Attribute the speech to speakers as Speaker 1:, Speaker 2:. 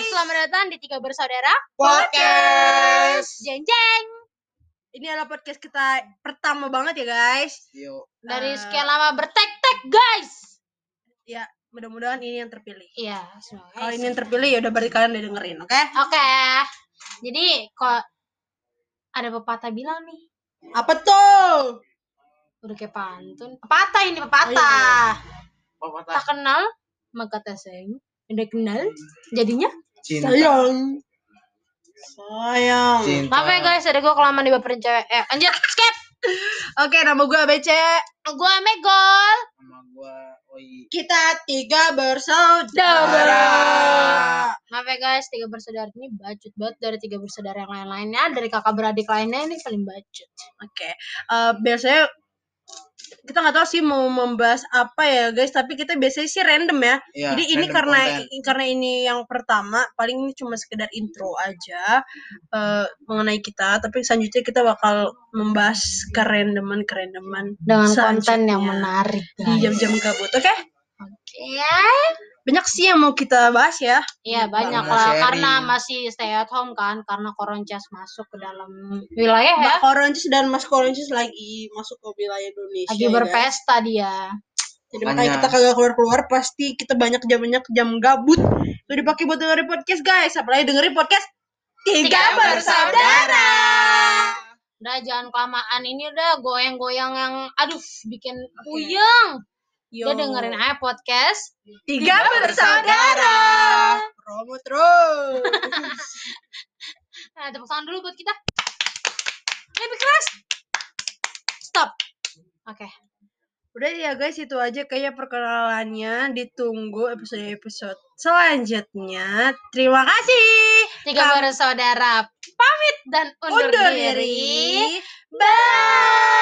Speaker 1: datang di Tiga Bersaudara
Speaker 2: Podcast.
Speaker 1: Jeng Jeng.
Speaker 2: Ini adalah podcast kita pertama banget ya guys.
Speaker 3: Yuk,
Speaker 1: Dari
Speaker 2: Nah,
Speaker 1: sekian lama bertek-tek, guys.
Speaker 2: Mudah-mudahan ini yang terpilih.
Speaker 1: Iya, semoga.
Speaker 2: Kalau ini yang terpilih ya udah berarti kalian udah dengerin, oke?
Speaker 1: Oke. Jadi kok ada pepatah bilang nih,
Speaker 2: Apa tuh?
Speaker 1: udah kayak pantun. Pepatah ini pepatah.
Speaker 3: pepatah
Speaker 1: Tak kenal maka tak sayang. Udah kenal jadinya.
Speaker 3: cinta.
Speaker 2: Sayang. Sayang.
Speaker 3: Cinta.
Speaker 1: Maaf ya guys, ada gue kelamaan di baperin cewek. Eh, lanjut, skip.
Speaker 2: Oke, nama gue ABC.
Speaker 1: Gue Megol.
Speaker 3: Sama gua Oh, iya. Oi.
Speaker 2: Kita tiga bersaudara.
Speaker 3: Saudara.
Speaker 1: Maaf ya guys, tiga bersaudara ini bacot banget dari tiga bersaudara yang lain-lainnya. Dari kakak beradik lainnya ini paling bacot.
Speaker 2: Oke, eh, biasanya kita nggak tahu sih mau membahas apa ya guys, tapi kita biasanya sih random ya.
Speaker 3: Iya,
Speaker 2: Jadi ini
Speaker 3: random
Speaker 2: karena
Speaker 3: content.
Speaker 2: i- karena ini yang pertama, paling ini cuma sekedar intro aja eh, mengenai kita, tapi selanjutnya kita bakal membahas kerandoman kerandoman
Speaker 1: Dengan konten yang
Speaker 2: Selanjutnya.
Speaker 1: menarik.
Speaker 2: di
Speaker 1: guys.
Speaker 2: jam-jam kabut, oke?
Speaker 1: Iya,
Speaker 2: Banyak sih yang mau kita bahas ya.
Speaker 1: Iya banyak
Speaker 3: Karena
Speaker 1: lah
Speaker 3: sharing.
Speaker 1: karena masih stay at home kan karena koronces masuk ke dalam wilayah ya.
Speaker 2: Mbak Koroncis dan Mas Koroncis lagi masuk ke wilayah Indonesia.
Speaker 1: Lagi
Speaker 2: ya, guys.
Speaker 1: berpesta dia.
Speaker 2: Jadi makanya
Speaker 3: Banyak.
Speaker 2: kita kagak keluar-keluar pasti kita banyak jam banyak jam gabut. Itu dipakai buat dengerin podcast guys, apalagi dengerin podcast Tiga
Speaker 1: Tiga
Speaker 2: Bersaudara.
Speaker 1: Udah jangan kelamaan ini udah goyang-goyang yang aduh bikin puyeng.
Speaker 2: Yo.
Speaker 1: Udah dengerin aja podcast.
Speaker 2: Tiga Bersaudara. Promo terus.
Speaker 1: Nah, tepuk tangan dulu buat kita. Lebih keras. Stop. Oke.
Speaker 2: Udah ya guys, itu aja kayak perkenalannya. Ditunggu episode-episode selanjutnya. Terima kasih.
Speaker 1: Tiga bersaudara pamit dan undur,
Speaker 2: Undur
Speaker 1: diri.
Speaker 2: diri. Bye.